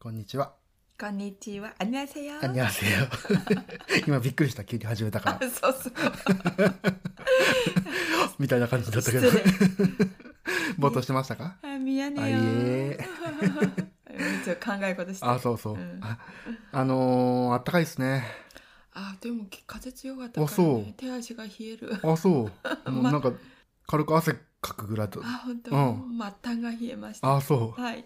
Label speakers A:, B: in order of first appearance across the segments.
A: こんにちは。
B: こんにちは。あにわせよ。
A: こ んにちは。今びっくりした。急に始めたか
B: あ
A: ら。
B: そうそう。
A: みたいな感じだったけど。
B: 失礼。
A: ぼーっとしてましたか
B: あ、見やねよ。
A: あい え
B: 一応考え事して。
A: あ、そうそう。
B: ん
A: ああのー、あったかいですね。
B: あ、でも風強かったから、ね。
A: あそう
B: 手足が冷える。
A: あ、 そう。もうなんか、軽く汗かくぐらいと。
B: あ、本当。
A: う
B: 末端が冷えました。
A: あ、そ
B: はい。
A: う。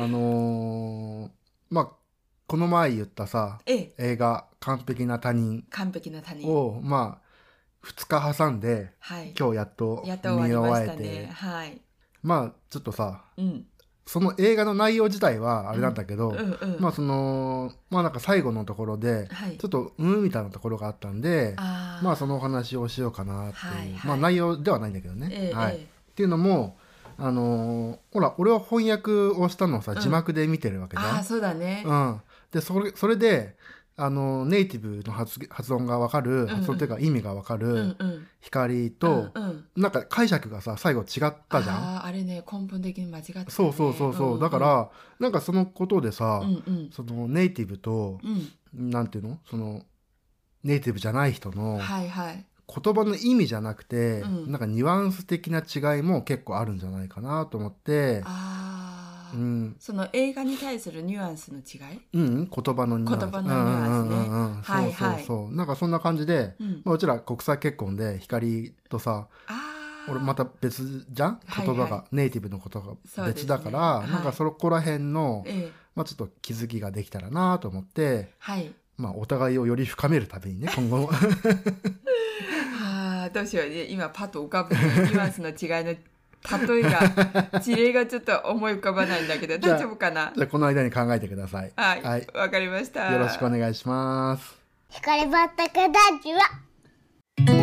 A: あのー、まあ、この前言ったさ、
B: ええ、
A: 映画、完璧な他人
B: 完璧な他人。
A: を、まあ、2日挟んで、
B: はい。
A: 今日やっと
B: やっと終
A: 見
B: わりまし
A: 終え
B: た
A: て、
B: ね。はい。
A: まあ、ちょっとさ、
B: うん。
A: その映画の内容自体はあれなんだけど、
B: うんうん。
A: まあそのまあなんか最後のところで
B: はい
A: ちょ。っとうんみたいなところがあったんで
B: あー
A: まあそのお話をしようかなっていう、
B: はいはい
A: まあ内容ではないんだけどね、
B: ええ、
A: はい
B: ええ
A: っていうのもあのーほら俺は翻訳をしたのをさ
B: うん
A: 字幕で見てるわけじ
B: あ
A: ゃ
B: ー、
A: ん、
B: そうだね。
A: うん、でそれそれであのーネイティブの発発音がわかる
B: ん
A: 発音というか意味がわか
B: う
A: る
B: んうん。
A: 光と、
B: うんうん。
A: なんか解釈がさ最後違ったじゃん
B: あーあれね根本的に間違ってたね、
A: そうそうそうそう、
B: んん
A: だからなんかそのことでさ、
B: うんうん
A: そのネイティブと
B: う
A: なんていうのそのネイティブじゃない人
B: ん
A: の
B: はいはい
A: 言葉の意味じゃなくて、
B: うん
A: なんかニュアンス的な違いも結構あるんじゃないかなと思って、
B: ああ、
A: うん、
B: その映画に対するニュアンスの違い
A: うんうん言葉のニュアンス
B: 言葉のニュアンスね
A: うんうんうんうん
B: はい
A: そう
B: はい
A: そうそうなんかそんな感じで、
B: うん
A: まあ、うちら国際結婚で光とさ
B: ああ
A: 俺また別じゃん
B: はいはい
A: 言葉が、ネイティブの言葉
B: そ
A: が
B: うで
A: 別
B: すね
A: だから、
B: はい
A: なんかそこら辺の、
B: ええ
A: まあ、ちょっと気づきができたらなと思って、
B: はい
A: まあ、お互いをより深めるためにね今後も
B: ああどうしようね今パッと浮かぶニュアンスの違いの例え が事例がちょっと思い浮かばないんだけど
A: じゃあ
B: 大丈夫かな
A: じゃあこの間に考えてください。
B: はい
A: はい
B: わ、かりました
A: よろしくお願いします。
C: 光ばったかだじは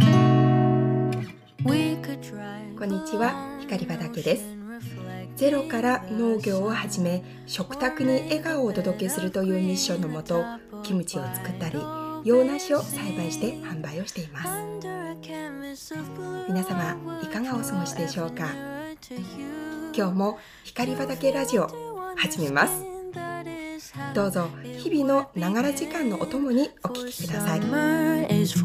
B: こん
D: こん
B: に
D: に
B: ち
D: ち
B: は
D: は
B: 光畑
D: 光
B: で
D: 畑ですす
B: ゼ
D: ゼ
B: ロ
D: ロ
B: か
D: からら
B: 農
D: 農
B: 業
D: 業
B: を
D: を
B: はじ
D: 始
B: め
D: め
B: 食
D: 食
B: 卓
D: 卓
B: に
D: に
B: 笑
D: 笑
B: 顔
D: 顔
B: を
D: を
B: お
D: お
B: 届
D: 届
B: け
D: け
B: す
D: す
B: る
D: る
B: と
D: と
B: い
D: いうう
B: ミ
D: ミ
B: ッ
D: ッ
B: シ
D: シ
B: ョ
D: ョ
B: ン
D: ン
B: の
D: の
B: も
D: も
B: と
D: と
B: キ
D: キ
B: ム
D: ム
B: チ
D: チ
B: を
D: を
B: 作
D: 作
B: っ
D: ったた
B: り
D: り
B: 洋
D: 洋
B: 梨
D: 梨
B: を
D: を
B: 栽
D: 栽
B: 培
D: 培
B: し
D: してて
B: 販
D: 販
B: 売
D: 売
B: を
D: を
B: しています
D: ます皆様いかがお過ごしでしょうか今
B: 今
D: 日
B: 日
D: も
B: も光
D: 光
B: 畑
D: 畑
B: ラ
D: ラ
B: ジ
D: ジ
B: オ
D: オ
B: 始
D: 始
B: め
D: め
B: ま
D: ますす
B: ど
D: ど
B: う
D: う
B: ぞ
D: ぞ
B: 日
D: 日
B: 々
D: 々
B: の
D: の
B: な
D: な
B: が
D: が
B: ら
D: ら
B: 時
D: 時
B: 間
D: 間
B: のお
D: のお
B: 供
D: 供
B: に
D: に
B: お
D: お
B: 聞
D: 聞
B: き
D: き
B: く
D: く
B: だ
D: だ
B: さ
D: さ
B: い
D: い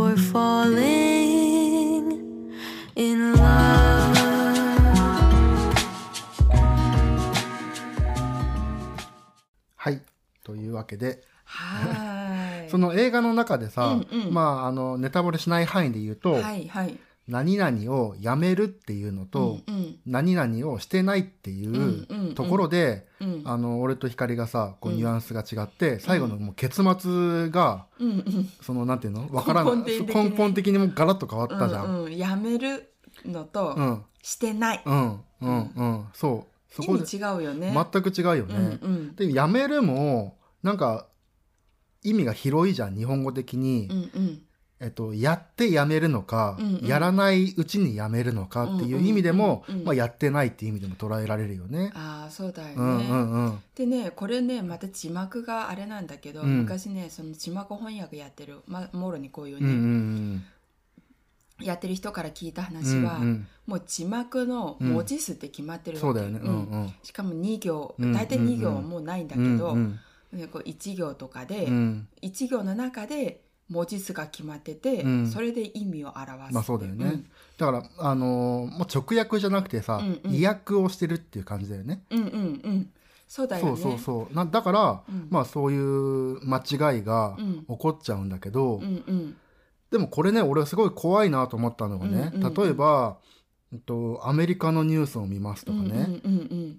A: はい。というわけで、
B: はーい
A: その映画の中でさ、
B: うんうん
A: まあ、あの、ネタバレしない範囲で言うと、
B: はいはい
A: 何々をやめるっていうのと、
B: うん
A: 何々をしてないってい
B: んうんう
A: うんところで、
B: うんうん
A: あの、俺と光がさ、こう、
B: うん
A: ニュアンスが違って、最後のもう結末が、
B: うんうん
A: その、なんていうのわからな
B: 根
A: い
B: 本的に
A: 根本的にもうガラッと変わったじゃん。
B: うんうん、やめるのと、
A: うん、
B: してない
A: うん、うん、うん、そう。そ
B: 意
A: こで、
B: 味違うよね
A: 全く違うよね。
B: うんうん
A: で、やめるも、なんか、意味が広いじゃん、日本語的に。
B: うんうん
A: えっと、やってやめるのか、
B: うんうん
A: やらないうちにやめるのかっていう意味でも、
B: うんうんうんうん
A: まあ、やってないっていう意味でも捉えられるよね。
B: ああそうだよね、
A: うんうんうん。
B: でねこれねまた字幕があれなんだけど、
A: うん
B: 昔ねその字幕翻訳やってる、ま、もろにこういう
A: うんう
B: ね、
A: ん
B: やってる人から聞いた
A: うん。う
B: 話
A: ん
B: は、
A: うん
B: もう字幕の文字数って決まってる
A: そう
B: わけ、
A: だよね。うんうん。
B: しかも2行、
A: うん
B: 大体2行はもうないんだけど、
A: うん
B: ねこう1行とか
A: う
B: で、
A: んうん。
B: 一行の中で文字数が決まってて、
A: うん
B: それで意味を表す。
A: まあそうだよね。だから、あのー、まあ、直訳じゃなくてさ
B: うん、うん
A: 意訳をしてるっていう感じだよね。
B: うん、うんうんうんそうだ
A: そ
B: よね。
A: うそうそう。なだから、
B: うん
A: まあそういう間違いが
B: うん
A: 起こっちゃうんだけど、
B: うんうん
A: でもこれね、俺すごい怖いなと思ったのがね、
B: うんうんうん
A: 例えば、えっと、アメリカのニュースを見ますと
B: う
A: か
B: ん
A: ね、
B: うんうん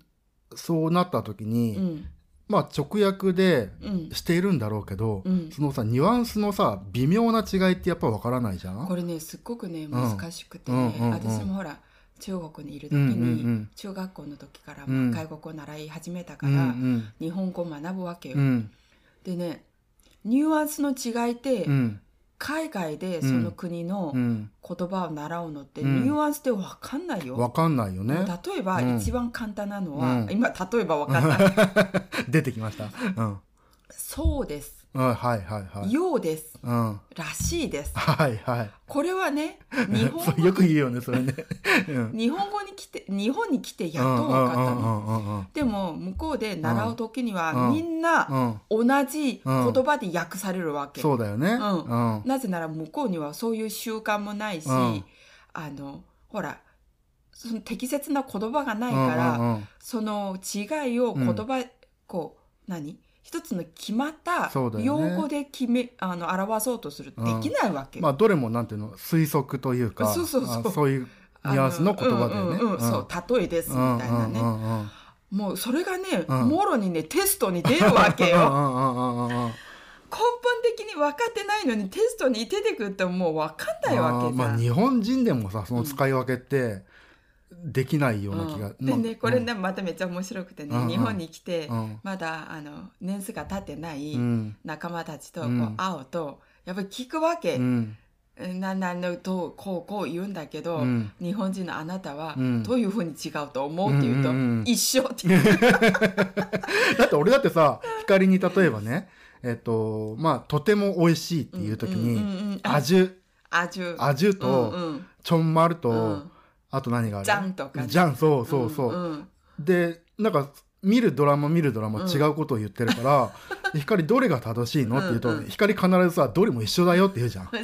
A: そうなった時に、
B: うんうん
A: まあ直訳で
B: うん
A: しているんだろうけど、
B: うん
A: そのさ、ニュアンスのさ、微妙な違いってやっぱわからないじゃん
B: これねすっごくね難しくて
A: うん
B: ね
A: うんうんうん
B: 私もほら中国にいる時
A: うんうんう
B: に
A: ん
B: 中学校の時から
A: うん
B: まあ外国を習い始めた
A: う
B: か
A: んう
B: ら
A: ん。
B: 日本語を学ぶわけ
A: う
B: よ。
A: ん。
B: でねニュアンスの違いって
A: うん。
B: 海外でその国の
A: うん。
B: 言葉を習うのって
A: うん
B: ニュアンスでわかんないよ。
A: わかんないよね。
B: 例えば、
A: うん
B: 一番簡単なのは、
A: うん
B: 今例えば分かった
A: 出てきました。うん。
B: そうですです。
A: うん、はいはいはい。
B: ようです。
A: うん。
B: らしいです。
A: はいはい。
B: これはね、日本
A: そう
B: 語
A: よく言うよね、それね。うん。
B: 日本語に来て、日本に来てやっ
A: う
B: と
A: んう
B: 分
A: ん
B: かっ
A: う
B: た
A: んう
B: の。
A: んうんうん
B: でも、向こうで習う時に
A: う
B: は、
A: ん
B: みんな
A: うん。
B: 同じ言葉で訳されるわけ。
A: そうだよね。
B: ん
A: うん。
B: なぜなら向こうにはそういう習慣もないし、
A: うん
B: あの、ほら、その適切な言葉がない
A: うん
B: か
A: う
B: ら、
A: んうん
B: その違いを言葉、こう、何一つの決まった
A: そうだよ
B: 用
A: ね
B: 語で決め、あの、表そうとするとできないわけ。
A: まあ、どれもなんていうの、推測というか、
B: そうそうそう
A: あそういうニュアンスの言葉だよね。
B: あのうんうんうんそう、例えですみたいなね。
A: うんうんうん
B: もうそれがね、
A: うん
B: もろにね、テストに出るわけ
A: う
B: よ。
A: んうんうんうんうん。
B: 根本的に分かってないのにテストに出てくるともう分かんないわ
A: あ
B: け
A: ー
B: さ。
A: まあ、日本人でもさ、その使い分けって、できないような気が。
B: うんで
A: ま
B: ね
A: あ
B: これね、まためっちゃ面白くてね、
A: うん
B: 日本に来て、
A: うん
B: まだあの年数が経ってない
A: うん。
B: 仲間たちとこ
A: うん
B: う会うと、やっぱり聞くわけ
A: う、ん。
B: ななんのとこうこう言うんだけど、
A: うん
B: 日本人のあなたは
A: うん
B: どういうふうに違うと思うって言うと、
A: うんうんうん
B: 一緒って言う
A: だって俺だってさ、光に例えばね、えっと、まあ、とても美味しいっていう時
B: うん
A: に、
B: うんうんあ
A: あじゅ、
B: あじゅ
A: あじゅ
B: う
A: と、
B: んうん
A: ちょんまる
B: う
A: と
B: ん、
A: あと何がある
B: じゃんとかね
A: じゃん、そうそうそう。
B: んん
A: でなんか見るドラマ見るドラマ違うことを言ってる から、光どれが正しいのって言うと、
B: うんうん
A: 光必ずさどれも一緒だよって言うじゃん
B: そう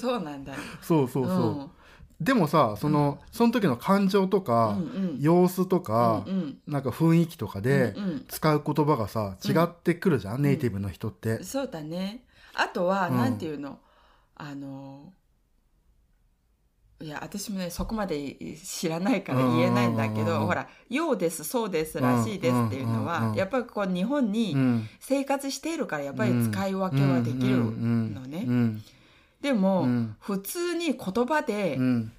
B: そうなんだよ
A: そうそうそう、でもさそのその時の感情と
B: うん
A: か、
B: うん
A: 様子とか、
B: うんうん
A: なんか雰囲気とかで
B: うんうん
A: 使う言葉がさ違ってくるじゃん、ネイティブの人って、
B: そうだね。あとは、
A: うん
B: なんていうの、あの、いや、私もね、そこまで知らないから言えないんだ
A: う
B: け
A: んうんうんう
B: ど、
A: ん
B: ほら、ようです、そうです、らしいですっていう
A: うんうん
B: の
A: うん
B: は
A: う、ん
B: やっぱりこう、日本
A: う
B: に
A: ん
B: 生活しているから、やっぱり使い分けはできるの
A: う
B: ね。
A: ん
B: で
A: う
B: も、
A: ん
B: 普通に言葉で
A: う、ん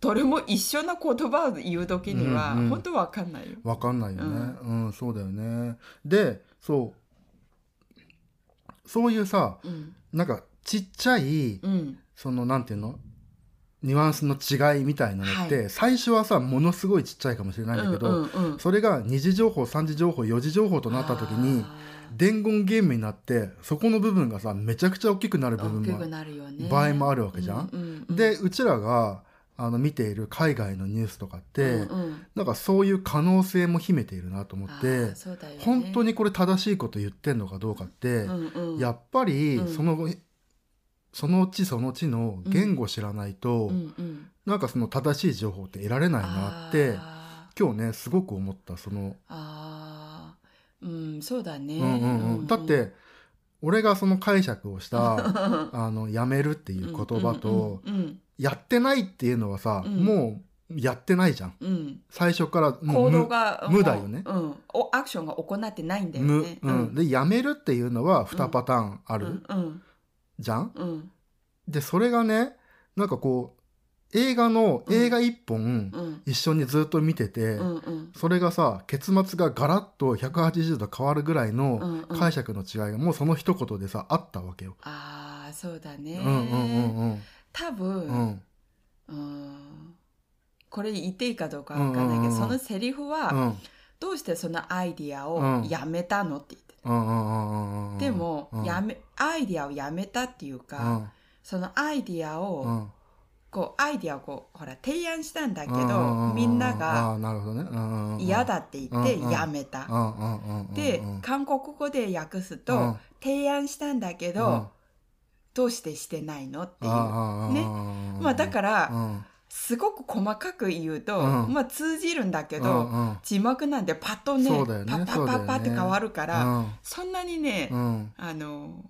B: どれも一緒な言葉を言うときには
A: うんう、ん
B: 本当わかんないよ。
A: わかんないよね、うんそうだよねでそうそういうさ
B: うん。
A: なんかちっちゃい
B: うん。
A: そのなんていうのニュアンスの違いみたいなのって、最初はさものすごいちっちゃいかもしれないんだけど、
B: うんうんうん
A: それが二次情報三次情報四次情報となった時に
B: あ
A: 伝言ゲームになってそこの部分がさめちゃくちゃ大きくなる
B: ー
A: 部分
B: 大き
A: も
B: くなるよね。
A: 場合もあるわけじゃん。
B: うんうんうん
A: でうちらがあの見ている海外のニュースとかって、
B: うんうん
A: なんかそういう可能性も秘めているなと思
B: あ
A: っ
B: ー
A: て、
B: そうだよね
A: 本当にこれ正しいこと言ってんのかどうかって、
B: うんうん
A: やっぱり
B: うん
A: その、そのうちそのうちの言語知らないと、
B: うんうん
A: なんかその正しい情報って得られないなって
B: あ
A: 今日ねすごく思ったその、
B: ーあーうんそうだね、
A: うんうんうんだって俺がその解釈をした あのやめるっていう言葉と、
B: うんうん
A: やってないっていうのはさ、
B: うん
A: もうやってないじゃん
B: うんうん
A: 最初から
B: うん
A: も
B: 行
A: う
B: 動が
A: 無
B: もう
A: だよね
B: うん、おアクションが行ってないんだよ
A: 無
B: ね
A: 無、うん、でやめるっていうのは2パターンあ
B: う
A: る
B: んうん
A: じゃん、
B: うん
A: でそれがねなんかこう映画の
B: うん
A: 映画1本
B: うん
A: 一緒にずっと見てて、
B: うんうん
A: それがさ結末がガラッと180度変わるぐらいの
B: うんうん
A: 解釈の違いがもうその一言でさあったわけよ。
B: ああそうだね、
A: うんうんうん
B: 多
A: う
B: 分、
A: ん
B: うん、これ言っていいかどうかわかんない
A: うんう
B: けど、
A: んうん
B: そのセリフは、
A: うん
B: どうしてそのアイディア
A: う
B: を
A: ん
B: やめたのって言って
A: うんうんうんうん
B: でも、
A: うん
B: やめアイディアをやめたっていう
A: う
B: か、
A: ん
B: そのアイディアを、
A: うん
B: こうアイディアをこうほら提案したんだけど、
A: うんうんうん
B: みん
A: あ
B: なが
A: ーなるほどねうんうんうん
B: 嫌だって言ってやめた。
A: うんうんうんうん
B: で、
A: うん
B: 韓国語で訳すと、
A: うん
B: 提案したんだけど、
A: うん
B: どうしてしてないのっていう。
A: あー
B: ね
A: あーあー
B: まあだから、
A: うん
B: すごく細かく言うと、
A: うん
B: まあ通じるんだけ
A: う
B: ど、
A: んうん
B: 字幕なんでパッとね
A: そうだよね
B: パッパ
A: そう
B: ッ
A: だ
B: パ
A: よね
B: ッパッって変わるから、
A: うん
B: そんなにね、
A: うん
B: あの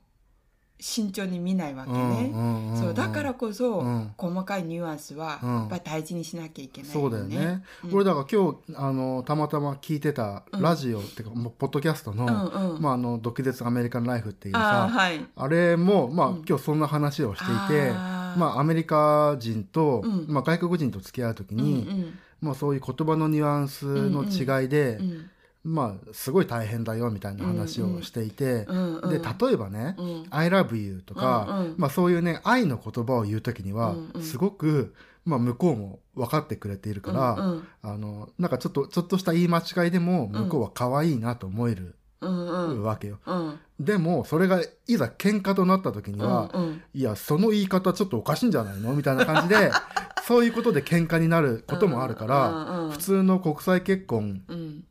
B: 慎重に見ないわけね。
A: うんうん
B: そうだからこそ、
A: うん
B: 細かいニュアンスは
A: うん
B: やっぱり大事にしなきゃいけない
A: そうだよね。
B: うん
A: 俺だから今日あのたまたま聞いてたラジオ、っていうかもうポッドキャストの、
B: うんうん
A: まああの毒舌アメリカンライフっていう
B: ああ
A: さ。
B: はい。
A: あれも、まあ、
B: うん
A: 今日そんな話をしていて、
B: あー
A: まあ、アメリカ人と、
B: うん
A: まあ、外国人と付き合うとき
B: うん
A: に、まあ、そういう言葉のニュアンスの違いで、
B: うんうん
A: まあ、すごい大変だよ、みたいな話をしていて
B: う、んうん
A: で、例えばね、
B: うん、
A: I love you とか、
B: うんうん
A: まあそういうね、愛の言葉を言うときには
B: うん、うん
A: すごく、まあ向こうも分かってくれているから、
B: うんうん
A: あの、なんかちょっと、ちょっとした言い間違いでも、向こうは可愛いなと思える
B: うんうん
A: わけよ。
B: うん
A: でも、それがいざ喧嘩となった時に
B: うん
A: は、
B: うん
A: いや、その言い方ちょっとおかしいんじゃないのみたいな感じ で、そういうことで喧嘩になることもあるから、
B: うんうん
A: 普通の国際結婚、
B: うん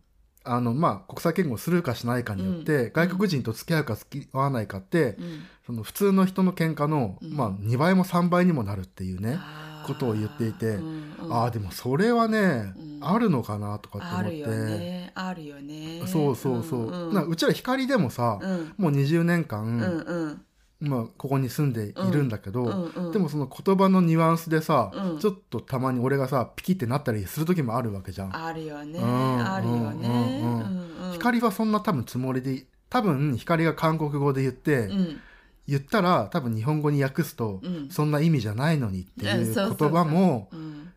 A: あの、まあ、国際結婚するかしないかによって、
B: うん
A: 外国人と付き合うか付き合わないかって、
B: うん
A: その普通の人の喧嘩の、
B: うん
A: まあ、2倍も3倍にもなるっていうね。
B: あー
A: ことを言っていて
B: うんうん
A: ああ、でもそれはね、
B: うん
A: あるのかなとかって
B: あ
A: 思っ
B: る
A: て。
B: よねあるよね
A: そうそうそう。
B: うん
A: なうちら光でもさ、
B: うん
A: もう20年
B: うんう
A: 間、
B: ん
A: まあ、ここに住んでいるんだけど、
B: うんうん
A: でもその言葉のニュアンスでさ、
B: うん
A: ちょっとたまに俺がさピキってなったりする時もあるわけじゃん。
B: あるよね
A: うん
B: あるよね
A: うんうん
B: うんうん
A: 光はそんな多分つもりで多分光が韓国語で言って、
B: うん
A: 言ったら多分日本語に訳すと、
B: うん
A: そんな意味じゃないのにって
B: うん
A: いう
B: そうそうそう
A: 言葉も、
B: うん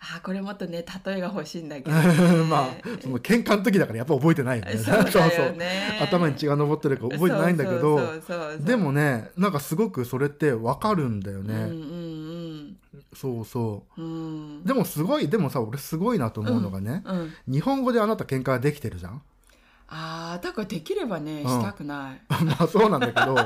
B: あーこれもっとね例えが欲しいんだけど
A: まあその喧嘩の時だからやっぱ覚えてないよね。
B: そうだ
A: そう
B: よ
A: そう
B: ね
A: 頭に血が上ってるか覚えてないんだけど。
B: そうそうそうそう
A: でもねなんかすごくそれってわかるんだよね、
B: うんうん
A: そうそ
B: うんうん
A: うでもすごいでもさ俺すごいなと思うのがね、
B: うん
A: 日本語であなた喧嘩ができてるじゃん
B: ああだからできればね
A: うん
B: した くない
A: まあそうなんだけど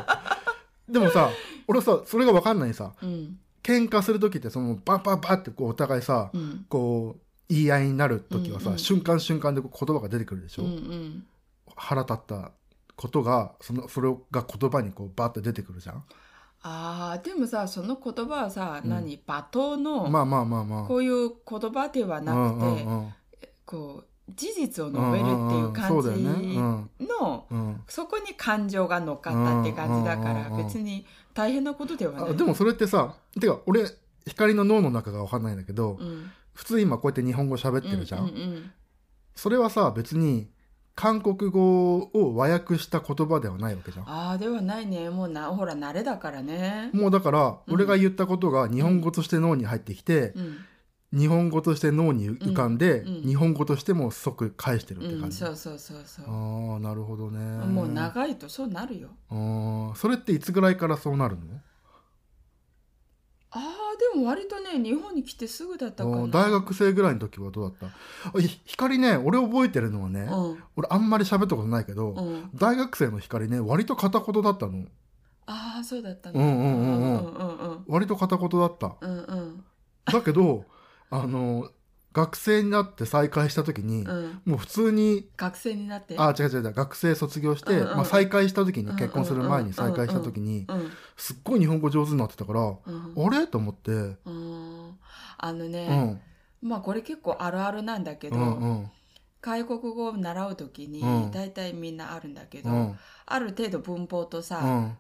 A: でもさ俺さそれがわかんないさ
B: うん
A: 喧嘩する時ってそのバンバンバンってこうお互いさ、
B: うん
A: こう言い合いになる時はさ、
B: うんうん
A: 瞬間瞬間でこう言葉が出てくるでしょ、
B: うんうん
A: 腹立ったことがそのそれが言葉にこうバーって出てくるじゃん
B: あーでもさその言葉はさ、
A: うん
B: 何罵倒の、
A: まあまあまあまあ
B: こういう言葉ではなくて、
A: うんうんうん
B: こう事実を述べるっていう
A: うんうんうんそ
B: 感じの、
A: うだよねうんうん
B: そこに感情が乗っかったって感じだから、
A: うんうんうん
B: 別に大変なことではない
A: あでも、それってさてか俺光の脳の中がわかんないんだけど、
B: うん、
A: 普通今こうやって日本語喋ってるじゃん、
B: うんうん
A: それはさ別に韓国語を和訳した言葉ではないわけじゃん
B: ああではないねもうなほら慣れだからね、
A: もうだから
B: うん
A: 俺が言ったことが日本語として脳に入ってきて、
B: うん
A: 日本語として脳に浮かんで、
B: うんうん
A: 日本語としても即返してるって
B: う
A: 感
B: ん、
A: じ、
B: そうそうそうそう、
A: ああなるほどね
B: もう長いとそうなるよ
A: あーそれっていつぐらいからそうなるの
B: ああでも割とね日本に来てすぐだったか
A: あ
B: な
A: ー大学生ぐらいの時はどうだったあひ光ね俺覚えてるのはね、俺あんまり喋ったことないけど、
B: うん、うん
A: 大学生の光ね割と片言だったの
B: ああそうだった
A: う
B: ね。
A: んうんうんうん
B: うんうん
A: 割と片言だった
B: うんうん
A: だけ どあの学生になって再会した時に、
B: うん。
A: もう普通に
B: 学生になって。
A: あ違う違う違う学生卒業して、
B: うんうん
A: まあ、再会した時に、
B: うんうん
A: 結婚する前に再会した時に、
B: うん
A: すっごい日本語上手になってたから、
B: うん
A: あれと思って、うん
B: うん。あの
A: う
B: ね、
A: ん
B: まあこれ結構あるあるなんだけ
A: う
B: ど、
A: んうん
B: 外国語を習うときに
A: うん
B: 大体みんなあるんだけ
A: う
B: ど、
A: ん
B: ある程度文法と
A: う
B: さ、
A: ん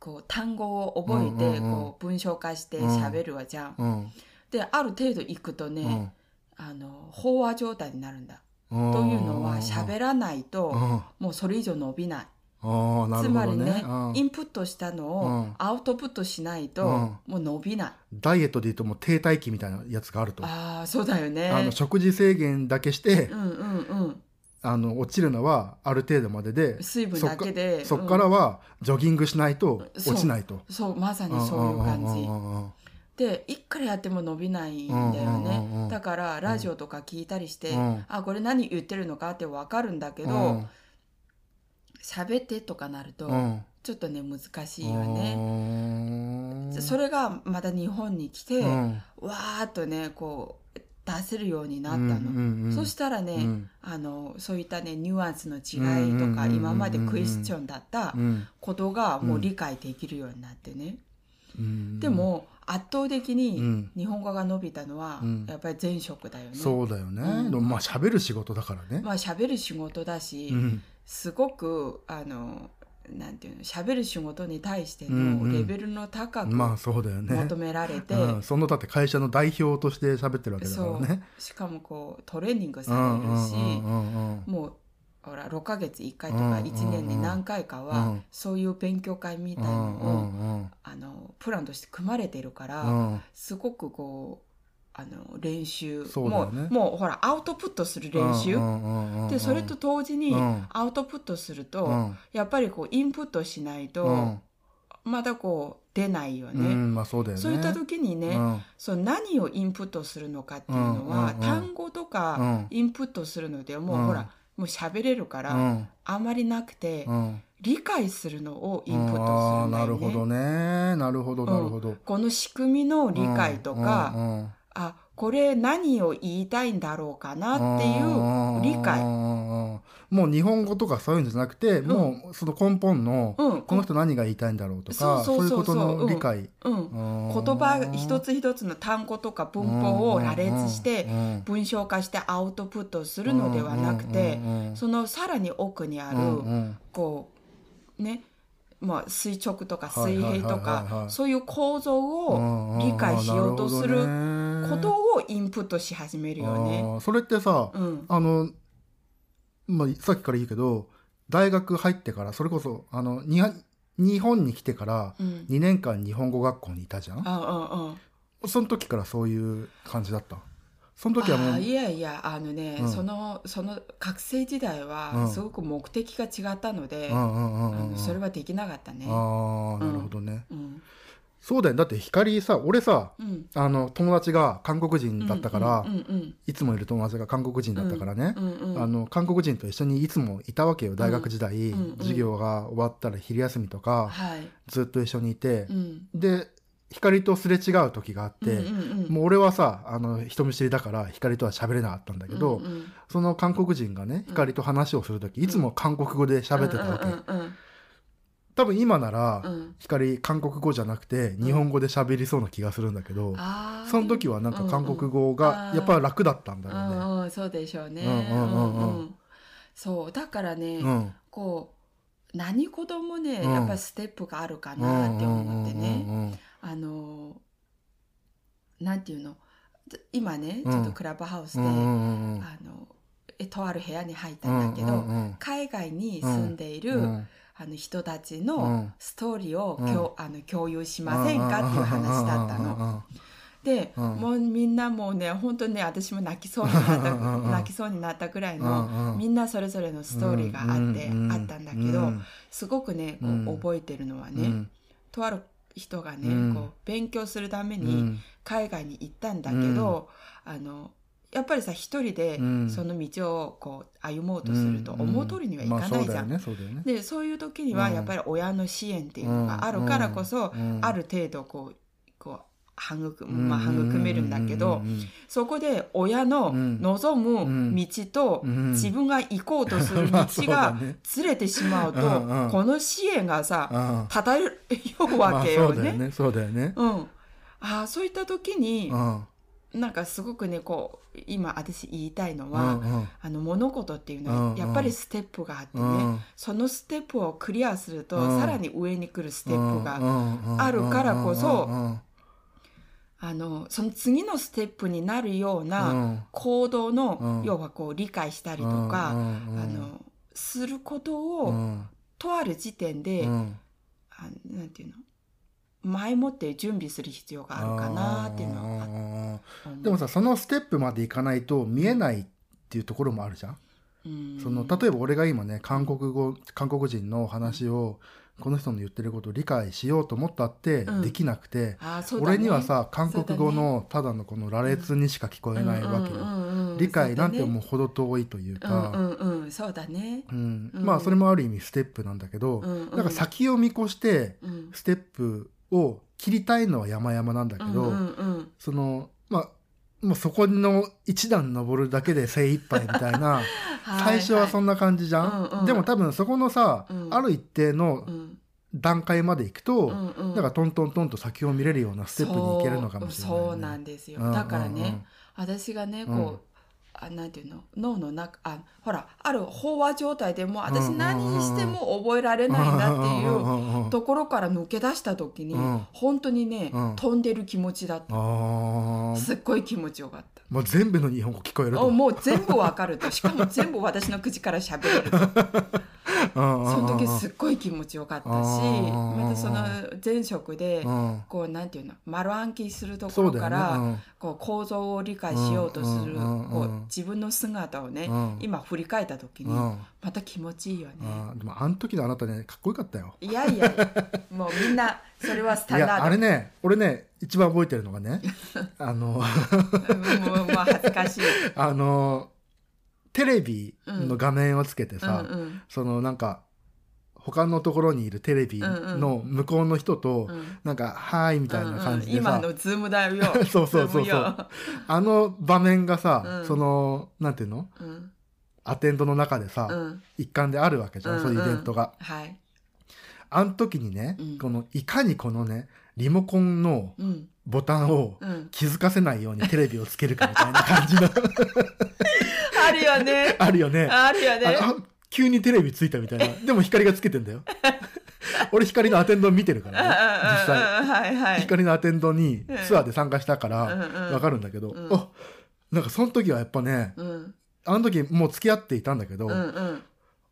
B: こう単語を覚え
A: うんう
B: て
A: んうん
B: こう文章化して喋るわじゃん。
A: うん
B: である程度いくと
A: う
B: ね、
A: ん
B: あの飽和状態になるんだ。
A: うん
B: というのは喋らないうと
A: んあ
B: もうそれ以上伸びない。
A: ーなる
B: つ
A: ほ
B: ま
A: ど
B: り
A: ね
B: ね、
A: うん
B: インプットしたの
A: う
B: を
A: ん
B: アウトプットしないと、
A: うん
B: もう伸びない。
A: ダイエットで言うともう停滞期みたいなやつがあると
B: ああ、そうだよね。
A: あの食事制限だけして、
B: うんうんうん。
A: あの落ちるのはある程度までで
B: 水分だけで。
A: そっから
B: うん
A: はジョギングしないと
B: そう
A: 落ちないと。
B: そう、まさにそういう感
A: ん
B: じ
A: う。んうんうん
B: で、いくらやっても伸びないんだよ
A: うんうんうんう
B: ね
A: ん。
B: だから、ラジオとか聞いたりして、
A: うん
B: あ、これ何言ってるのかってわかるんだけど、喋、ってとかなると、
A: うん
B: ちょっとね、難しいよね。
A: うん
B: それがまた日本に来て、
A: うん
B: わーっとね、こう、出せるようになった
A: うん
B: の。
A: うんうん
B: そしたらね、
A: うん
B: あのそういったねニュアンスの違い
A: うんうんうん
B: と
A: うんう
B: か
A: ん
B: 今までクエスチョンだった
A: うん
B: ことがもう理解できるようになってね、
A: うん
B: でも圧倒的
A: う
B: に
A: ん
B: 日本語が伸びたのは
A: うん
B: やっぱり前職だよね、
A: そうだよね、
B: うん
A: でもまあ喋る仕事だからね、
B: まあ喋る仕事だし、
A: うん
B: すごくあのなんていうの喋る仕事に対して
A: うんう
B: の
A: ん
B: レベルの高く
A: まあそうだよね
B: 求められて、
A: うん、そのだって会社の代表として喋ってるわけだから
B: そう
A: ね
B: しかもこうトレーニング
A: う
B: さ
A: ん
B: れるし、
A: うんうんうんうん
B: もうほら6ヶ月1回と
A: うんうん
B: か
A: うん
B: 1年に何回かは、
A: うん
B: そういう勉強会みたいのを、あのプランとして組まれてるから、
A: うんうん
B: すごくこうあの練習
A: そうだよね
B: もうもうほらアウトプットする練習、
A: うんうんうんうん
B: でそれと同時に、
A: うん
B: アウトプットすると、
A: うん
B: やっぱりこうインプットしないと、
A: うん
B: またこう出ないよ
A: う
B: ね。
A: んまあそうだよね
B: そういった時にね、
A: うん
B: その何をインプットするのかっていうのは、
A: うんうんうん
B: 単語とかインプットするのでもう、
A: うん
B: ほらもう喋れるから、
A: うん
B: あまりなくて、
A: うん
B: 理解するのをインプッ
A: あ
B: ト
A: あ
B: するんだ
A: なる
B: よね。
A: ほどねなるほどなるほど、
B: この仕組みの理解とか、
A: うんうんうん
B: あこれ何を言いたいんだろうかなっていう理
A: う
B: 解。
A: んうんうんもう日本語とかそういうんじゃなくて、
B: ん
A: もうその根本の、
B: うん、
A: この人何が言いたいんだろうとか
B: そうそう
A: い
B: そうう
A: こ
B: そ
A: と
B: う
A: の理解、
B: うん、
A: 言
B: 言葉一つ一つの単語とか文法を羅列して文章化してアウトプットす
A: す
B: るのではなくて
A: の
B: そのさらに奥にあるこうねまあ垂直とか水平と
A: はいはいはいはいは
B: か
A: い
B: そういう構造を理解しようとすることをインプットし始めるよね。
A: それってさ、
B: うん、
A: あの、まあ、さっきから言うけど大学入ってからそれこそあのに日本に来てから
B: うん、
A: 2年間日本語学校にいたじゃん
B: ああああ
A: その時からそういう感じだったその時はもう
B: あーいやいやあのね、
A: うん
B: そのその学生時代
A: う
B: は
A: ん
B: すごく目的が違ったので、
A: うんうんうん
B: あ
A: うんう
B: の
A: ん
B: それはできなかったね。
A: ああなるほどね、
B: うん
A: そうだよだって光さ俺さ
B: うん
A: あの友達が韓国人だったから、
B: うんうん
A: いつもいる友達が韓国人だったからね
B: う、んうんうん
A: あの韓国人と一緒にいつもいたわけよ大学時代、
B: うんうん
A: 授業が終わったら昼休みとか、
B: はい、
A: ずっと一緒にいて
B: う、ん、
A: で光とすれ違う時があって、
B: うんうんうん
A: もう俺はさあの人見知りだから光とは喋れなかったんだけど、
B: うんうん
A: その韓国人がね光と話をする時、いつも韓国語で喋ってたわけ、
B: うんうん
A: 多分今なら、
B: うんうん
A: 光韓国語じゃなくて日本語で喋りそうな気がするんだけど、
B: あー
A: その時はなんか韓国語が
B: うんうん
A: やっぱ楽だったん
B: う
A: だろうね。
B: んうんそうでしょうね。
A: うんうんうんうん
B: うんそうだからね、
A: うん
B: こう何事もね、
A: うん
B: やっぱステップがあるかなって思ってね。
A: ね。
B: あのなんていうのつ今ね
A: う
B: ち
A: ん
B: ょっとクラブハウス
A: う
B: で、
A: んうんうん
B: あのえとある部屋に入っ
A: う
B: た
A: んうん
B: んだけど、
A: うん
B: 海外に住んでいる、
A: うん
B: あの人たち
A: う
B: の
A: ん
B: ストーリーを、
A: うん
B: きょうあの共有しませんかっていう話だったの。で、
A: うん
B: もうみんなもうね本当にね私も泣きそうになった
A: うんうんうん
B: 泣きそうになったくらい
A: うん
B: の。
A: うんうん
B: みんなそれぞれのストーリーがあって、あったんだけど、
A: うん
B: すごくねこ
A: うん
B: う覚えてるのは
A: う
B: ね、
A: ん
B: とある人がね、
A: うん
B: こう勉強するため
A: う
B: に
A: ん
B: 海外に行ったんだけど、あのやっぱりさ一人で
A: うん
B: その道をこう歩もうとすると思う通りにはいかないじゃん。
A: まあそうだよねそうだよね
B: でそういう時には
A: うん
B: やっぱり親の支援っていうのがあるからこそ、
A: うん
B: ある程度こうこう育,、
A: うん
B: まあ、育めるんだけど、
A: うんうん
B: そこで親の
A: うん
B: 望む道と
A: うん
B: 自分が行こうとする道
A: まあそうだ
B: が
A: ね
B: ずれてしまうと、
A: うんうん
B: この支援がさ、
A: うん
B: たたえるよ
A: ま
B: わ
A: あ
B: け
A: そ
B: よ
A: うだよ
B: ね。
A: ねそうだよね。
B: うん。ああ、そういった時に
A: う、ん
B: なんかすごくね、こう、今私言いたいの
A: う
B: は、
A: んうん
B: あの物事っていうの
A: う
B: は
A: ん
B: やっぱりステップがあってね、
A: うん
B: そのステップをクリアすると、
A: うん
B: さらに上に来るス
A: ス
B: テップが、
A: が
B: あるからこそ
A: うん
B: あのその次のステップになるような行動の、
A: うん
B: 要はこう理解したりと
A: う
B: か、
A: んうん
B: あのすることを、
A: うん
B: とある時点で、
A: うん
B: あなんていうの前もって準備する必要があるかなっていうのは
A: うん
B: 思う
A: でもさそのステップまでいかないと見えないっていうところもあるじゃん、
B: うん
A: その例えば俺が今ね韓国語韓国人の話をこの人の言ってることを理解しようと思ったって
B: うん
A: できなくて、
B: あーそうだね
A: 俺にはさ韓国語のただのこの羅列にしか聞こえないわけよ、
B: うんうんうんうん
A: 理解なんて
B: そう
A: もうほど遠いという
B: だね
A: か、
B: うんうんうんそうだね
A: うん
B: うん
A: まあそれもある意味ステップなんだけど、
B: うんうん
A: なんか先を見越して
B: うん
A: ステップを切りたいのは山々なんだけど、
B: うんうん
A: そのまあもうそこの一段登るだけで精一杯みた いな最初はそ
B: の
A: んな感じじゃん、
B: うんうん
A: でも多分そこのさ、
B: うん
A: ある一定の
B: うん
A: 段階まで行くと、
B: うんうん
A: なんかトントントンと先を見れるようなステップに行けるのかもしれない、
B: そうそうなんですよだからね私が
A: う
B: ね
A: ん
B: こうあなんていうの脳の中あほらある飽和状態でもう
A: うんうん
B: 私
A: うんうん
B: 何しても覚えられないなっていうんところから抜け出した時に
A: うん
B: 本当にね
A: うん
B: 飛んでる気持ちだっ
A: あ
B: た
A: ー
B: すっごい気持ちよかった。
A: もう全部の日本語聞こえる
B: あ
A: と
B: もう全部わかるとしかも全部私の口から喋れると
A: うんうんうん
B: そ
A: うん
B: の時すっごい気持ちよかったし
A: うん
B: またその前職で
A: うん
B: こうなんていうの丸暗記するとこ
A: そう
B: ろ
A: だよ
B: か
A: ね
B: らこう構造を理解しようとする
A: うんうんうん
B: こ
A: う
B: うん自分の姿をね
A: うん
B: 今振り返った時
A: う
B: に
A: んうん
B: また気持ちいいよね。
A: あーでもあの時のあなたねかっこよかったよ
B: いやいやいやもうみんなそれはスタ
A: い
B: ンダー
A: や
B: ド
A: あれね俺ね一番覚えてるのが ねあの
B: もうもう恥ずかしい。
A: あのテレビの画面をつけて
B: うん
A: さ、
B: うん
A: そのなんか他のところにいるテレビの向こうの人と、
B: うん
A: なんか「はーい」みたいな感じで
B: うんうん
A: さ、
B: 今のズームだよ
A: そうそうそうそう
B: ズームよ
A: あの場面がさ、
B: うん
A: そのなんていうの
B: うん
A: アテンドの中でさ、
B: うん
A: 一環であるわけじゃん、
B: うん
A: そういうイベントが。
B: はい
A: あの時にね、
B: うん
A: このいかにこのねリモコンの
B: うん
A: ボタンを
B: うん
A: 気づかせないようにテレビをつけるかみたいな感じの
B: あるよね
A: あるよ ね。
B: あるよね
A: ああ急にテレビついたみたいなでも光がつけてんだ よ俺光のアテンド見てるか
B: うんうんうん
A: らね実際
B: うんはいはい
A: 光のアテンドに
B: うん
A: ツアーで参加したから
B: うんうん
A: わかるんだけど、
B: うん
A: あなんかその時はやっぱね
B: うん
A: あの時もう付き合っていたんだけど、
B: うんうん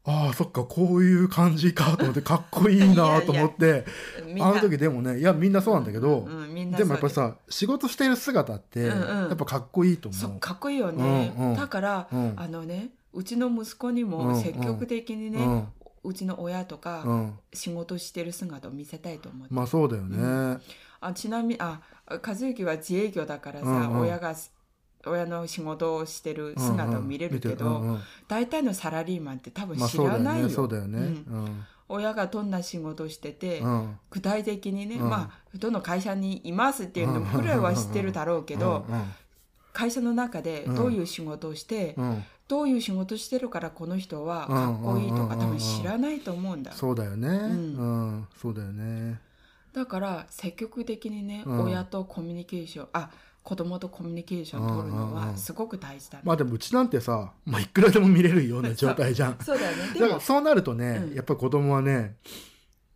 A: ああそっかこういう感じかと思ってかっこいいなと思って
B: みんな
A: あの時でもねいやみんなそうなんだけど、
B: うんみんな
A: でもやっぱ
B: そう
A: さ仕事してる姿って
B: うんうん
A: やっぱかっこいいと思う。
B: そうかっこいいよね、
A: うんうん
B: だから、
A: うん
B: あのねうちの息子に
A: うんう
B: も
A: ん
B: 積極的にね、う
A: うん
B: ちの親と
A: う
B: か
A: ん、
B: 仕事してる姿を見せたいと思って、
A: まあそうだよね。
B: うあちなみにあ和之は自営業だからさ、
A: うんうん
B: 親が親の仕事をしてる姿を見れるけど、
A: うんうん見て
B: 大体のサラリーマンって多
A: う
B: 分
A: んまあ
B: 知
A: そうだ
B: ら
A: よ
B: ないよ,、
A: ねそうだよね。
B: うん親がどんな仕事してて、
A: うんうん
B: 具体的にね、
A: うん
B: まあどの会社にいますっていうのくらいは知ってるだろうけど、
A: う
B: 会社の中でどういう仕事をし
A: ん
B: て、
A: うんうん
B: どういう仕事してるからこの人はかっこいいとか
A: うんうんうんうん
B: 多分知らないと思うんだ、
A: そうだよね、うんんそうだよね
B: だから積極的にね、
A: うん
B: 親とコミュニケーションあ子供とコミュニケーション取るの
A: うんうんう
B: は
A: ん
B: すごく大事だね、
A: まあでもうちなんてさ、まあ、いくらでも見れるような状態じゃん
B: そうだよね
A: だ
B: で
A: か
B: も
A: らそうなるとね、
B: うん
A: やっぱり子供はね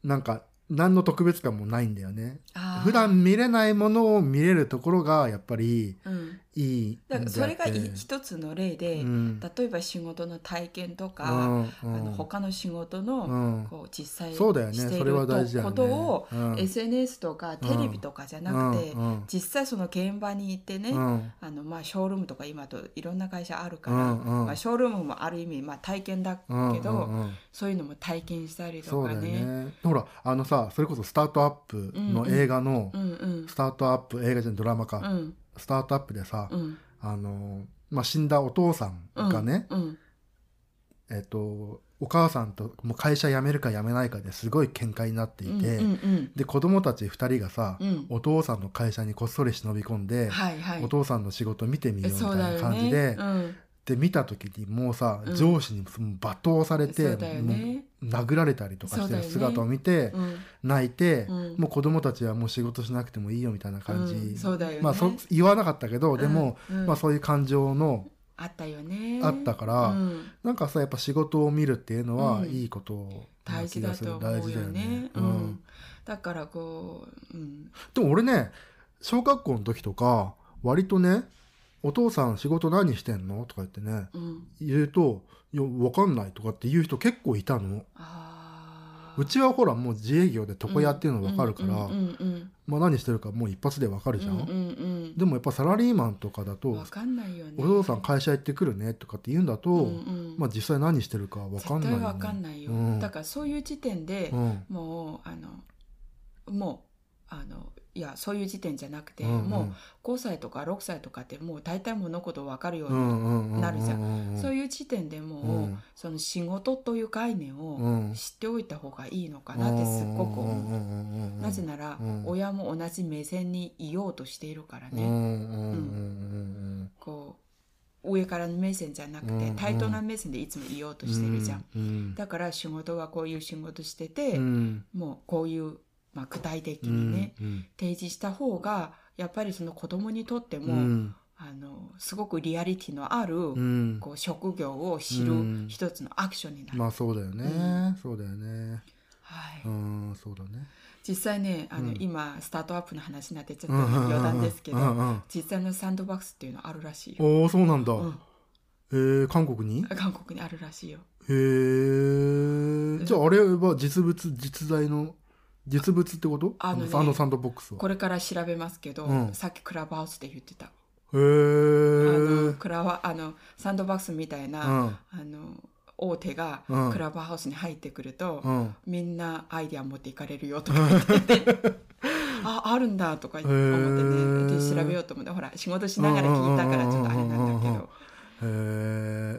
A: なんか何の特別感もないんだよね
B: あー
A: 普段見れないものを見れるところがやっぱり
B: うん、
A: いいんであ
B: だ
A: っ
B: か
A: て
B: らそれがい一つの例で、
A: うん
B: 例えば仕事の体験と
A: う
B: か、
A: んうん
B: あの他の仕事
A: う
B: の、
A: ん
B: こう実際
A: そうだよね
B: してい
A: そ
B: る
A: れは大事だよ
B: こ
A: ね
B: とを、
A: うん
B: SNS とかテレビとかじゃなくて、
A: うんうん
B: 実際その現場に行ってね、
A: うん
B: あのまあ、ショールームとか今といろんな会社あるか
A: う
B: ら、
A: んうん
B: まあ、ショールームもある意味、まあ、体験だけど、
A: うんうんうん
B: そういうのも体験したりと
A: そう
B: か
A: だよ
B: ね
A: ねほらあのさそれこそスタートアップの映画の、
B: うんうん
A: スタートアップ映画じゃんドラマか、
B: うん
A: スタートアップでさ、
B: うん
A: あのまあ、死んだお父さん
B: うん
A: がね、
B: うん
A: えっとお母さんともう会社辞めるか辞めないかですごい喧嘩になってい
B: うん
A: て、
B: うんうん
A: で子供たち2人がさ、
B: うん
A: お父さんの会社にこっそり忍び込んで、
B: はいはい
A: お父さんの仕事見てみようみ
B: そう
A: た
B: だ
A: いな
B: よ
A: 感じ
B: ね
A: で、
B: うん
A: で見た時にもうさ、
B: うん
A: 上司にもう罵倒されて、
B: そうだよね
A: もう殴られたりとかしてる
B: そうだよね
A: 姿を見て、
B: うん
A: 泣いて、
B: うん
A: もう子供たちはもう仕事しなくてもいいよみたいな感じ、
B: うんそうだよね
A: まあ、そ言わなかったけどでも、
B: うんうん
A: まあ、そういう感情の
B: あったよね
A: あったから
B: うん
A: なんかさやっぱ仕事を見るっていうのは、
B: うん
A: いいことな
B: 大
A: 気
B: 事
A: が
B: だ
A: する
B: と思うよねうん
A: うん
B: だからこう、うん、
A: でも俺ね小学校の時とか割とね「お父さん仕事何してんの?」とか言ってね
B: うん、
A: 言うと「いや分かんない」とかって言う人結構いたの。
B: あー
A: うちはほらもう自営業で床屋っていうの分かるから、
B: うんうんうん
A: まあ、何してるかもう一発で分か
B: う
A: る
B: ん
A: じゃ
B: うんうん
A: でもやっぱサラリーマンとかだ
B: う
A: と
B: ん、わかんないよね
A: お父さん会社行ってくるねとかって言うんだと、
B: うんうん
A: まあ実際何してるかわかんないよ
B: 絶対
A: ね、
B: わかんないよ、
A: うん
B: だからそういう時点で、
A: うん
B: もうあのもうあのいやそういう時点じゃなくて、
A: うんうん
B: もう5歳とか6歳とかってもう大体物事わかるよ
A: う
B: うに、
A: んうんうんうんうんうん
B: なるじゃそういう時点でもう、
A: うん
B: その仕事という概念を
A: うん
B: 知っておいた方がいいのかなってすっごく思う。
A: うんうんうんうんうん
B: なぜなら、
A: うん
B: 親も同じ目線にいようとしているから
A: うん
B: ね、
A: うんうんうん
B: こう上からの目線じゃなくて、
A: うんうん
B: 対等な目線でいつもいようとしてるじゃん、
A: うんうん
B: だから仕事はこういう仕事してて、
A: うん
B: もうこういう、まあ、具体的にね、
A: うん
B: 提示した方がやっぱりその子供にとって
A: う
B: も、
A: ん
B: あのすごくリアリティのある、
A: うん
B: こう職業を知
A: う
B: る
A: ん
B: 一つのアクションになる、
A: まあそうだよね、
B: う
A: そうだよね
B: はい
A: うんそうだね
B: 実際ねあの、
A: うん
B: 今スタートアップの話になってちょっと
A: うんうんうんうん
B: 余談ですけど、
A: うんうん
B: 実際のサンドバックスっていうのあるらしいよ。
A: おおそうなんだ、
B: うん、
A: えー、韓国に
B: 韓国にあるらしいよ。
A: へえ。じゃああれは実物実在の実物ってこと？
B: ああ
A: あ
B: の
A: の
B: ね
A: あのサンドボックスは。
B: これから調べますけど、
A: うん
B: さっきクラブハウスで言ってた。
A: へ
B: あの
A: え。
B: クラワあのサンドバックスみたいな、
A: うん
B: あの大手が
A: うん
B: クラブハウスに入ってくると、
A: うん。
B: みんなアイディア持っていかれるよとか言ってて ああるんだとか思っ
A: へ
B: てね
A: ー
B: で調べようと思ってほら仕事しながら聞いたからちょっとあれなんだけど、
A: うんうんうんうん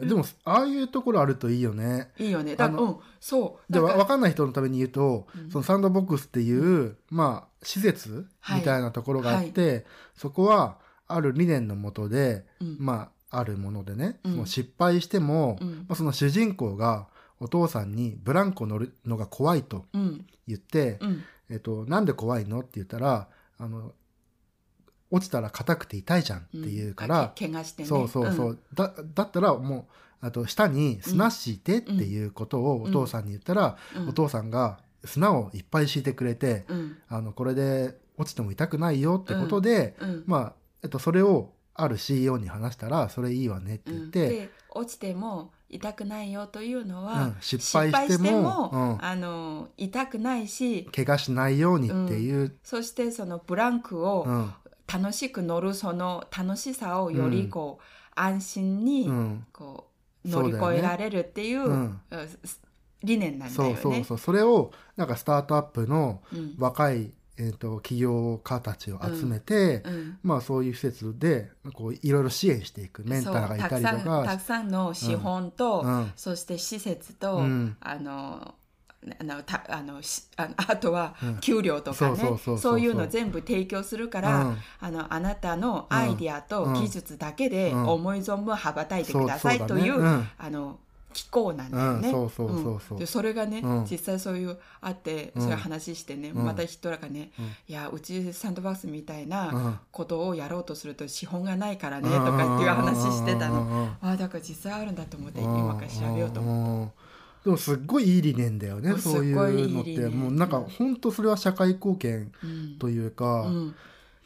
A: うんへえでもああいうところあるといいよね
B: いいよねだ
A: あの
B: うんそう
A: で
B: だ
A: わ
B: から
A: 分かんない人のために言うと、
B: うん
A: そのサンドボックスっていうまあ施設
B: はい
A: みたいなところがあって、そこはある理念のもとで
B: うん
A: まああるものでね、
B: うん
A: その失敗しても、
B: うん
A: まあ、その主人公がお父さんにブランコ乗るのが怖いと
B: うん
A: 言って、
B: うん
A: えっと、なんで怖いのって言ったらあの落ちたら硬くて痛いじゃんっていうから、
B: あけ怪我してね
A: そうそうそう、
B: ん
A: だだったらもうあと下に砂敷いてっていうことをお父さんに言ったら、
B: うん
A: お父さんが砂をいっぱい敷いてくれて、
B: うん
A: あのこれで落ちても痛くないよってことで、
B: うん
A: まあ、えっと、それをある CEO に話したらそれいいわねって
B: う
A: 言っ
B: ん
A: て、
B: で落ちても痛くないよという
A: う
B: の
A: ん
B: は、
A: 失敗してもうん
B: あの痛くないし
A: 怪我しないようにっていう、
B: そしてそのブランク
A: う
B: を
A: ん
B: 楽しく乗るその楽しさをよりこう、安心に
A: うん
B: こう乗り越えられるっていう
A: そうだよね
B: うんす理念なんだよ
A: そう
B: ね。
A: そうそうそれをなんかスタートアップの
B: うん
A: 若い、えっと起業家たちを集めて、
B: うん
A: まあそういう施設でこういろいろ支援していくメンターがいたり
B: そ
A: と
B: うたくさんた
A: か
B: くさんの資本と、
A: うん
B: そして施設と、
A: うん
B: あのなあのたあのしあのあとは
A: うん
B: 給料とかね、
A: そうそうそうそう
B: そういうの全部提供するから、
A: うん
B: あのあなたのアイディアと
A: うん
B: 技術だけで
A: うん
B: 思い存分羽ばたいて
A: そ
B: く
A: う
B: だ
A: そ
B: さ
A: う
B: い
A: だ
B: と
A: ね
B: いう
A: うん
B: あの機構なんだよね。
A: うんそうそうそうそうん
B: でそれがね、
A: うん
B: 実際そういうあって
A: うん
B: そういう話してね、
A: うん
B: また人らがね、
A: うん
B: いやうちサンドバックスみたいな
A: うん
B: ことをやろうとすると資本がないからね、とかっていう話してたの。
A: の
B: ああだから実際あるんだと思って今から調べようと思って
A: 思でもすっごいいい理念だよね
B: うん
A: そういうのっ
B: すっごいいい
A: て
B: 理念
A: もうなんか本当それは社会貢献
B: うん
A: というか、
B: うん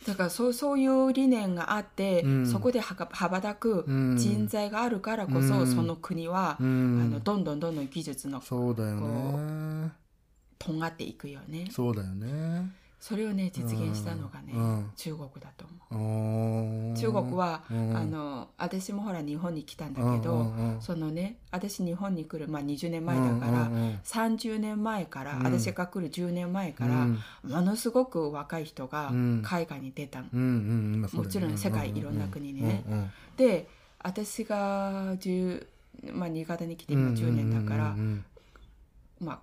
B: だからそうそういう理念があって、
A: うん
B: そこではか羽ばたく
A: うん
B: 人材があるからこそ、
A: うん
B: その国は、
A: うん
B: あのどんどんどんどん技術の
A: そうだよね
B: とんがっていくよね
A: そうだよね
B: それをね実現したのがね、
A: うんうん
B: 中国だと思う。中
A: 中
B: 国は、
A: うん
B: あの私もほら日本に来たんだけど、そのね私日本に来る、まあ、20年前だから、30年前から、
A: うん
B: 私が来る10年前から、ものすごく若い人が
A: うん
B: 海外に出たの。
A: も
B: もちろん世界いろんな国にねで私が10、まあ、新潟に来て今10年だから、まあ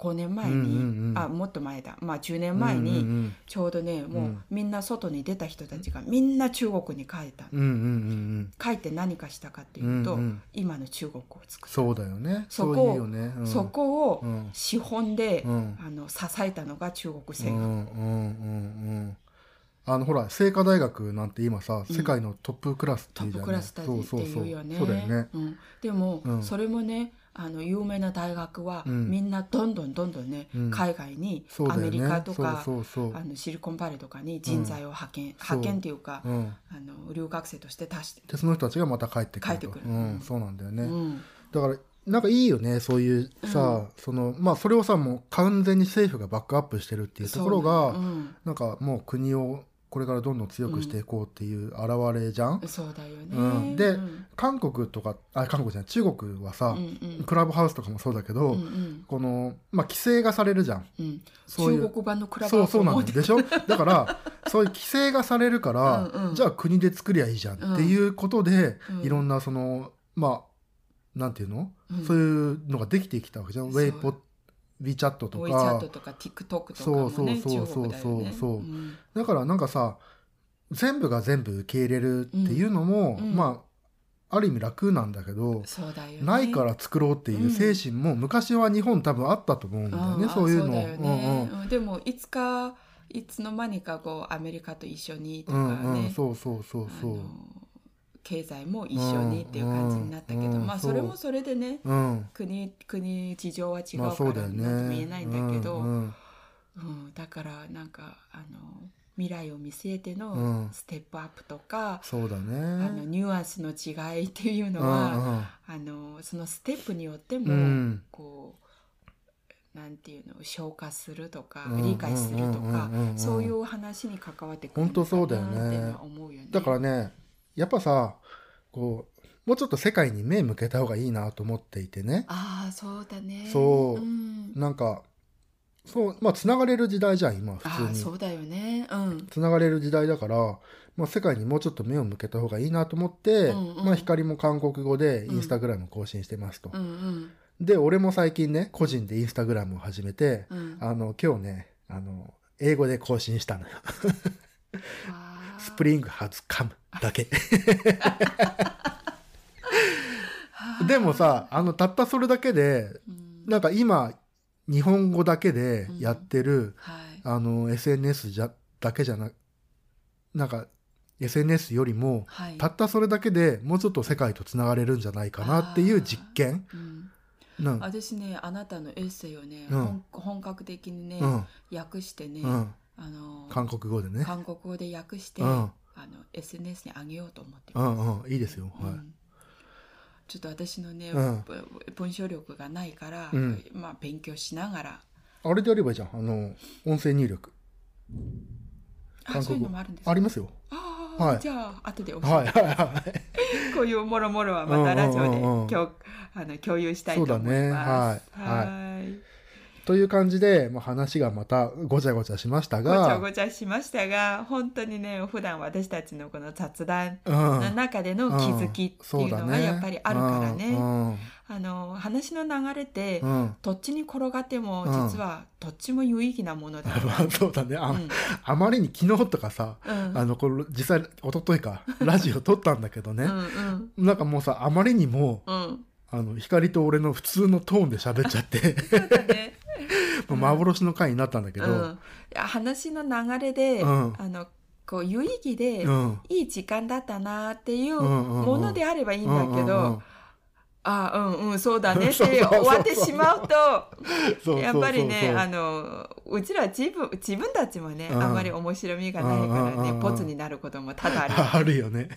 B: 5年前に、
A: うんうんうん
B: あもっと前だ、まあ、10年前に、
A: に
B: ちょうどねもううんみんな外に出た人たちがみんな中国に帰ったの、帰って何かしたかっていうと、
A: うんうん
B: 今の中国を作った
A: そうだよね
B: そこ
A: そういうよねうん
B: そこを
A: うん
B: 資本で、
A: うん
B: あの支えたのが中国
A: うんう
B: 政府、
A: んうんうんあのほら清華大学なんて今さ
B: うん
A: 世界のトップクラスって
B: ト
A: いう
B: ッ
A: じ
B: プ
A: ゃ
B: ク
A: ない
B: ラスだっていうよね
A: そうそうそうだよね
B: うん、でも、
A: うん
B: それもねあの有名な大学は、
A: うん
B: みんなどんどんどんどんね、
A: うん
B: 海外に
A: そうだ
B: ア
A: よね
B: メリカとか
A: そうそうそ
B: あ
A: う
B: のシリコンバレーとかに人材を派遣、
A: そう
B: 派遣というか、
A: うん
B: あの留学生として足して、
A: でその人たちがまた帰ってくると
B: 帰ってくる
A: うんそうなんだよね
B: うん
A: だからなんかいいよねそういうさ、そのまあそれをさもう完全に政府がバックアップしてるっていうところが、
B: そう,、うん、
A: なんかもう国をこれからどんどん強くしていこうっていう現れじゃん、
B: そうだよね、
A: うんで
B: うん
A: 韓国とかあ韓国じゃない中国はさ
B: う、んうん
A: クラブハウスとかもそうだけど、
B: うんうん
A: この、まあ、規制がされるじゃん
B: うん
A: そういう
B: 中国版のクラブ
A: そうそうなん
B: だ
A: でしょだからそういう規制がされるから
B: うんうん
A: じゃあ国で作りゃいいじゃんっていうことで、
B: うん
A: いろんなそのまあなんていうの、
B: うん
A: そういうのができてきたわけじゃんウ
B: そう
A: ェイポ WeChat と
B: ボイチャッ
A: か
B: トとか TikTok とかもね
A: そうそうそうそう
B: 中国だよね
A: そう
B: うん
A: だからなんかさ全部が全部受け入れるっていうのも、
B: うんうん
A: まあある意味楽なんだけど、
B: そうだよね
A: ないから作ろうっていう精神も昔は日本多分あったと思うんだよね、
B: ん
A: そういうの。
B: だよ
A: うんうん
B: ねうんでもいつかいつの間にかこうアメリカと一緒にと
A: う
B: か
A: んうん、
B: ね
A: そうそうそう
B: あ
A: そう。
B: の経済も一緒にっていう感じになったけど、
A: うんうん
B: まあ
A: そう
B: それもそれでね
A: うん。
B: 国国事情は違う
A: まあ
B: か
A: そう
B: ら
A: だよ
B: 何
A: ね。
B: とも言えないんだけど、
A: うんうん
B: うんだからなんかあの未来を見据えて
A: う
B: の
A: ん
B: ステップアップとか、
A: そうだね。
B: あのニュアンスの違いっていうのは、あのそのステップによっても、
A: うん
B: こうなんていうの消化するとか、
A: うんうんうんうんうん
B: 理解するとか、そういうお話に関わってくるの
A: 本当そうだ
B: か
A: よね
B: なっていうのは思うよね。
A: だからね、やっぱさ、こう、もうちょっと世界に目向けた方がいいなと思っていてね。
B: ああそうだね。
A: そう
B: うん
A: なんか、そうまあつながれる時代じゃん今は普
B: ああ
A: 通
B: そ
A: に
B: うだよねうん
A: つながれる時代だから、まあ、世界にもうちょっと目を向けた方がいいなと思って、
B: うんうん
A: まあ、光も韓国語で
B: うん
A: インスタグラム更新してますと、
B: うんうん
A: で俺も最近ね個人でインスタグラムを始めて、
B: うん
A: あの今日ねあの英語で更新したのよ
B: あー
A: スプリングハズカムだけ。 でもさ、あの、たったそれだけで、
B: うん
A: なんか今、日本語だけでやってる、
B: はい
A: あの、SNS じゃ、だけじゃな、なんか、SNS よりも、
B: はい
A: たったそれだけでもうちょっと世界とつながれるんじゃないかなっていう実験
B: うん
A: うん。
B: 私ねあなたのエッセイをね、
A: うん
B: 本本格的にね、
A: うん。
B: 訳してね、
A: うん。
B: あの
A: 韓国語でね。
B: 韓国語で訳して、
A: うん
B: あの SNS に上げようと思って
A: う
B: ます、
A: んうん。いいですよ。
B: う
A: は
B: んちょっと私のね、
A: うん
B: ぶ文章力がないから、
A: うん
B: まあ、勉強しながら
A: い。あれでやればいいじゃん。あの、音声入力。
B: あ
A: 韓国語
B: そういうのもあるんですか
A: ありますよ。
B: あー、
A: はい
B: じゃあ後で教えて、
A: はいはいはい。
B: こういうもろもろはまたラジオで
A: うんうんうんうん
B: 共,、あの共有したいと思います。
A: そうだねはい
B: はーい
A: という感じで、まあ、話がまたごちゃごちゃしました
B: ごちゃ
A: が、
B: ごちゃしましたが本当にね普段私たちのこの雑談
A: うん
B: の中での気づきっていうのがやっぱりあるからね。
A: うん
B: あの話の流れって、
A: うんうん
B: どっちに転がっても
A: うん
B: 実はどっちも有意義なものだ、
A: まあそうだねあ,、
B: うん
A: あまりに昨日とかさ
B: うん
A: あのこれ実際一昨日か ラジオ撮ったんだけど
B: う
A: ね、
B: んうん
A: なんかもうさあまりにも
B: うん
A: あの光と俺の普通のトーンで喋っちゃって
B: そうだね
A: もう 幻の回になったんだけど、う
B: うんん、いや話の流れで、
A: うん
B: あのこう有意義で、
A: うん
B: いい時間だったなっていう
A: うんうんうん
B: ものであればいいんだけど、
A: うんうん
B: あうんうんそうだねって
A: そう そうそうそう
B: 終わってしまうと
A: そうそうそうそう
B: やっぱりねあのうちら自分自分たちもね、
A: うん
B: あんまり面白みがないからね、
A: うんうんうんうん
B: ボツになることも多々ある。
A: あるよね。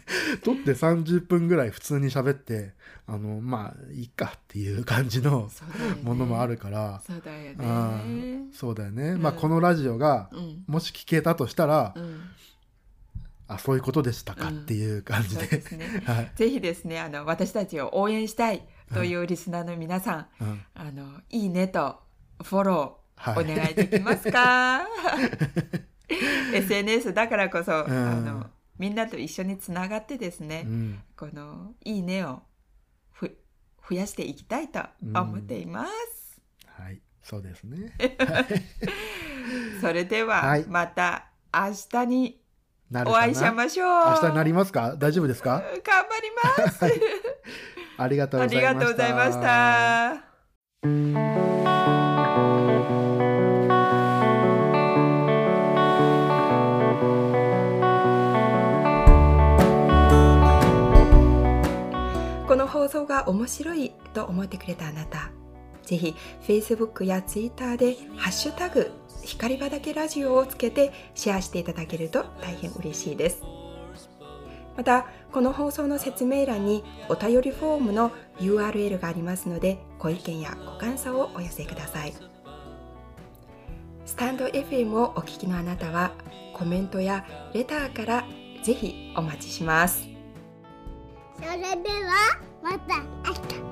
A: 撮って30分ぐらい普通に喋って、あの、まあ、いいかっていう感じの
B: そうだよね
A: ものもあるから、
B: そうだよ
A: う
B: ね。
A: んそうだよね。
B: ん
A: まあ、このラジオが、
B: うん。
A: もし聞けたとしたら、
B: うん。
A: あ、そういうことでしたかっていう感じ
B: そう
A: で。
B: ですね。
A: はい。
B: ぜひですね、あの、私たちを応援したいというリスナーの皆さ
A: う
B: ん、
A: ん
B: あの、いいねとフォロー、
A: はい
B: お願いできま すか ?SNS だからこそ、
A: ん
B: あの、みんなと一緒につながってですね
A: う、ん。
B: この、いいねをふ増やしていきたいと思っています。
A: はい。そうですね。
B: それで
A: は
B: は、
A: い
B: また明日に
A: なる
B: お
A: かな
B: 会いしましょう。
A: 明日になりますか大丈夫ですか
B: 頑張ります。
A: ありがとう
B: あ
A: ござ
B: り
A: いました。
B: がとうございまし。た。この放送が面白いと思ってくれたあなた、ぜひ Facebook や Twitter でハッシュタグ光場だけラジオをつけてシェアしていただけると大変嬉しいです。またこの放送の説明欄にお便りフォームの URL がありますのでご意見やご感想をお寄せくださいスタンド FM をお聞きのあなたはコメントやレターからぜひお待ちします
C: それではまた明日